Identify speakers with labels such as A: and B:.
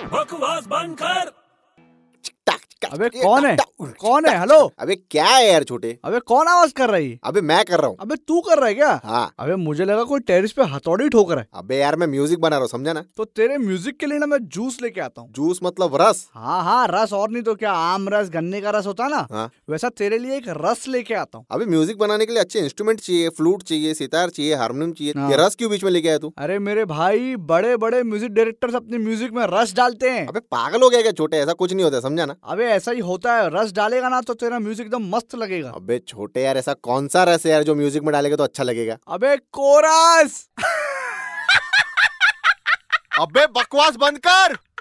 A: आवाज बंद कर
B: टक, टक,
C: अबे
B: टक,
C: कौन
B: टक,
C: है
B: टक, उड़,
C: कौन है
B: टक।
C: हेलो
B: अबे क्या है यार छोटे
C: अबे कौन आवाज कर रही
B: अबे मैं कर रहा हूँ
C: अबे तू कर रहा है क्या
B: हाँ
C: अबे मुझे लगा कोई टेरिस पे हथौड़ी ठोक रहा है
B: अबे यार मैं म्यूजिक बना रहा हूँ समझा ना
C: तो तेरे म्यूजिक के लिए ना मैं जूस लेके आता हूँ
B: जूस मतलब रस
C: हाँ हाँ रस और नहीं तो क्या आम रस गन्ने का रस होता है ना
B: हाँ।
C: वैसा तेरे लिए एक रस लेके आता हूँ
B: अबे म्यूजिक बनाने के लिए अच्छे इंस्ट्रूमेंट चाहिए फ्लूट चाहिए सितार चाहिए हारमोनियम चाहिए
C: हाँ।
B: ये रस क्यों बीच में लेके आया तू
C: अरे मेरे भाई बड़े बड़े म्यूजिक डायरेक्टर्स अपने म्यूजिक में रस डालते हैं
B: अबे पागल हो गया क्या छोटे ऐसा कुछ नहीं होता समझा ना
C: अबे ऐसा ही होता है रस डालेगा ना तो तेरा म्यूजिक एकदम मस्त लगेगा
B: अबे छोटे यार ऐसा कौन सा रस है यार जो म्यूजिक में डालेगा तो अच्छा लगेगा
C: अबे कोरस
D: अबे बकवास बंद कर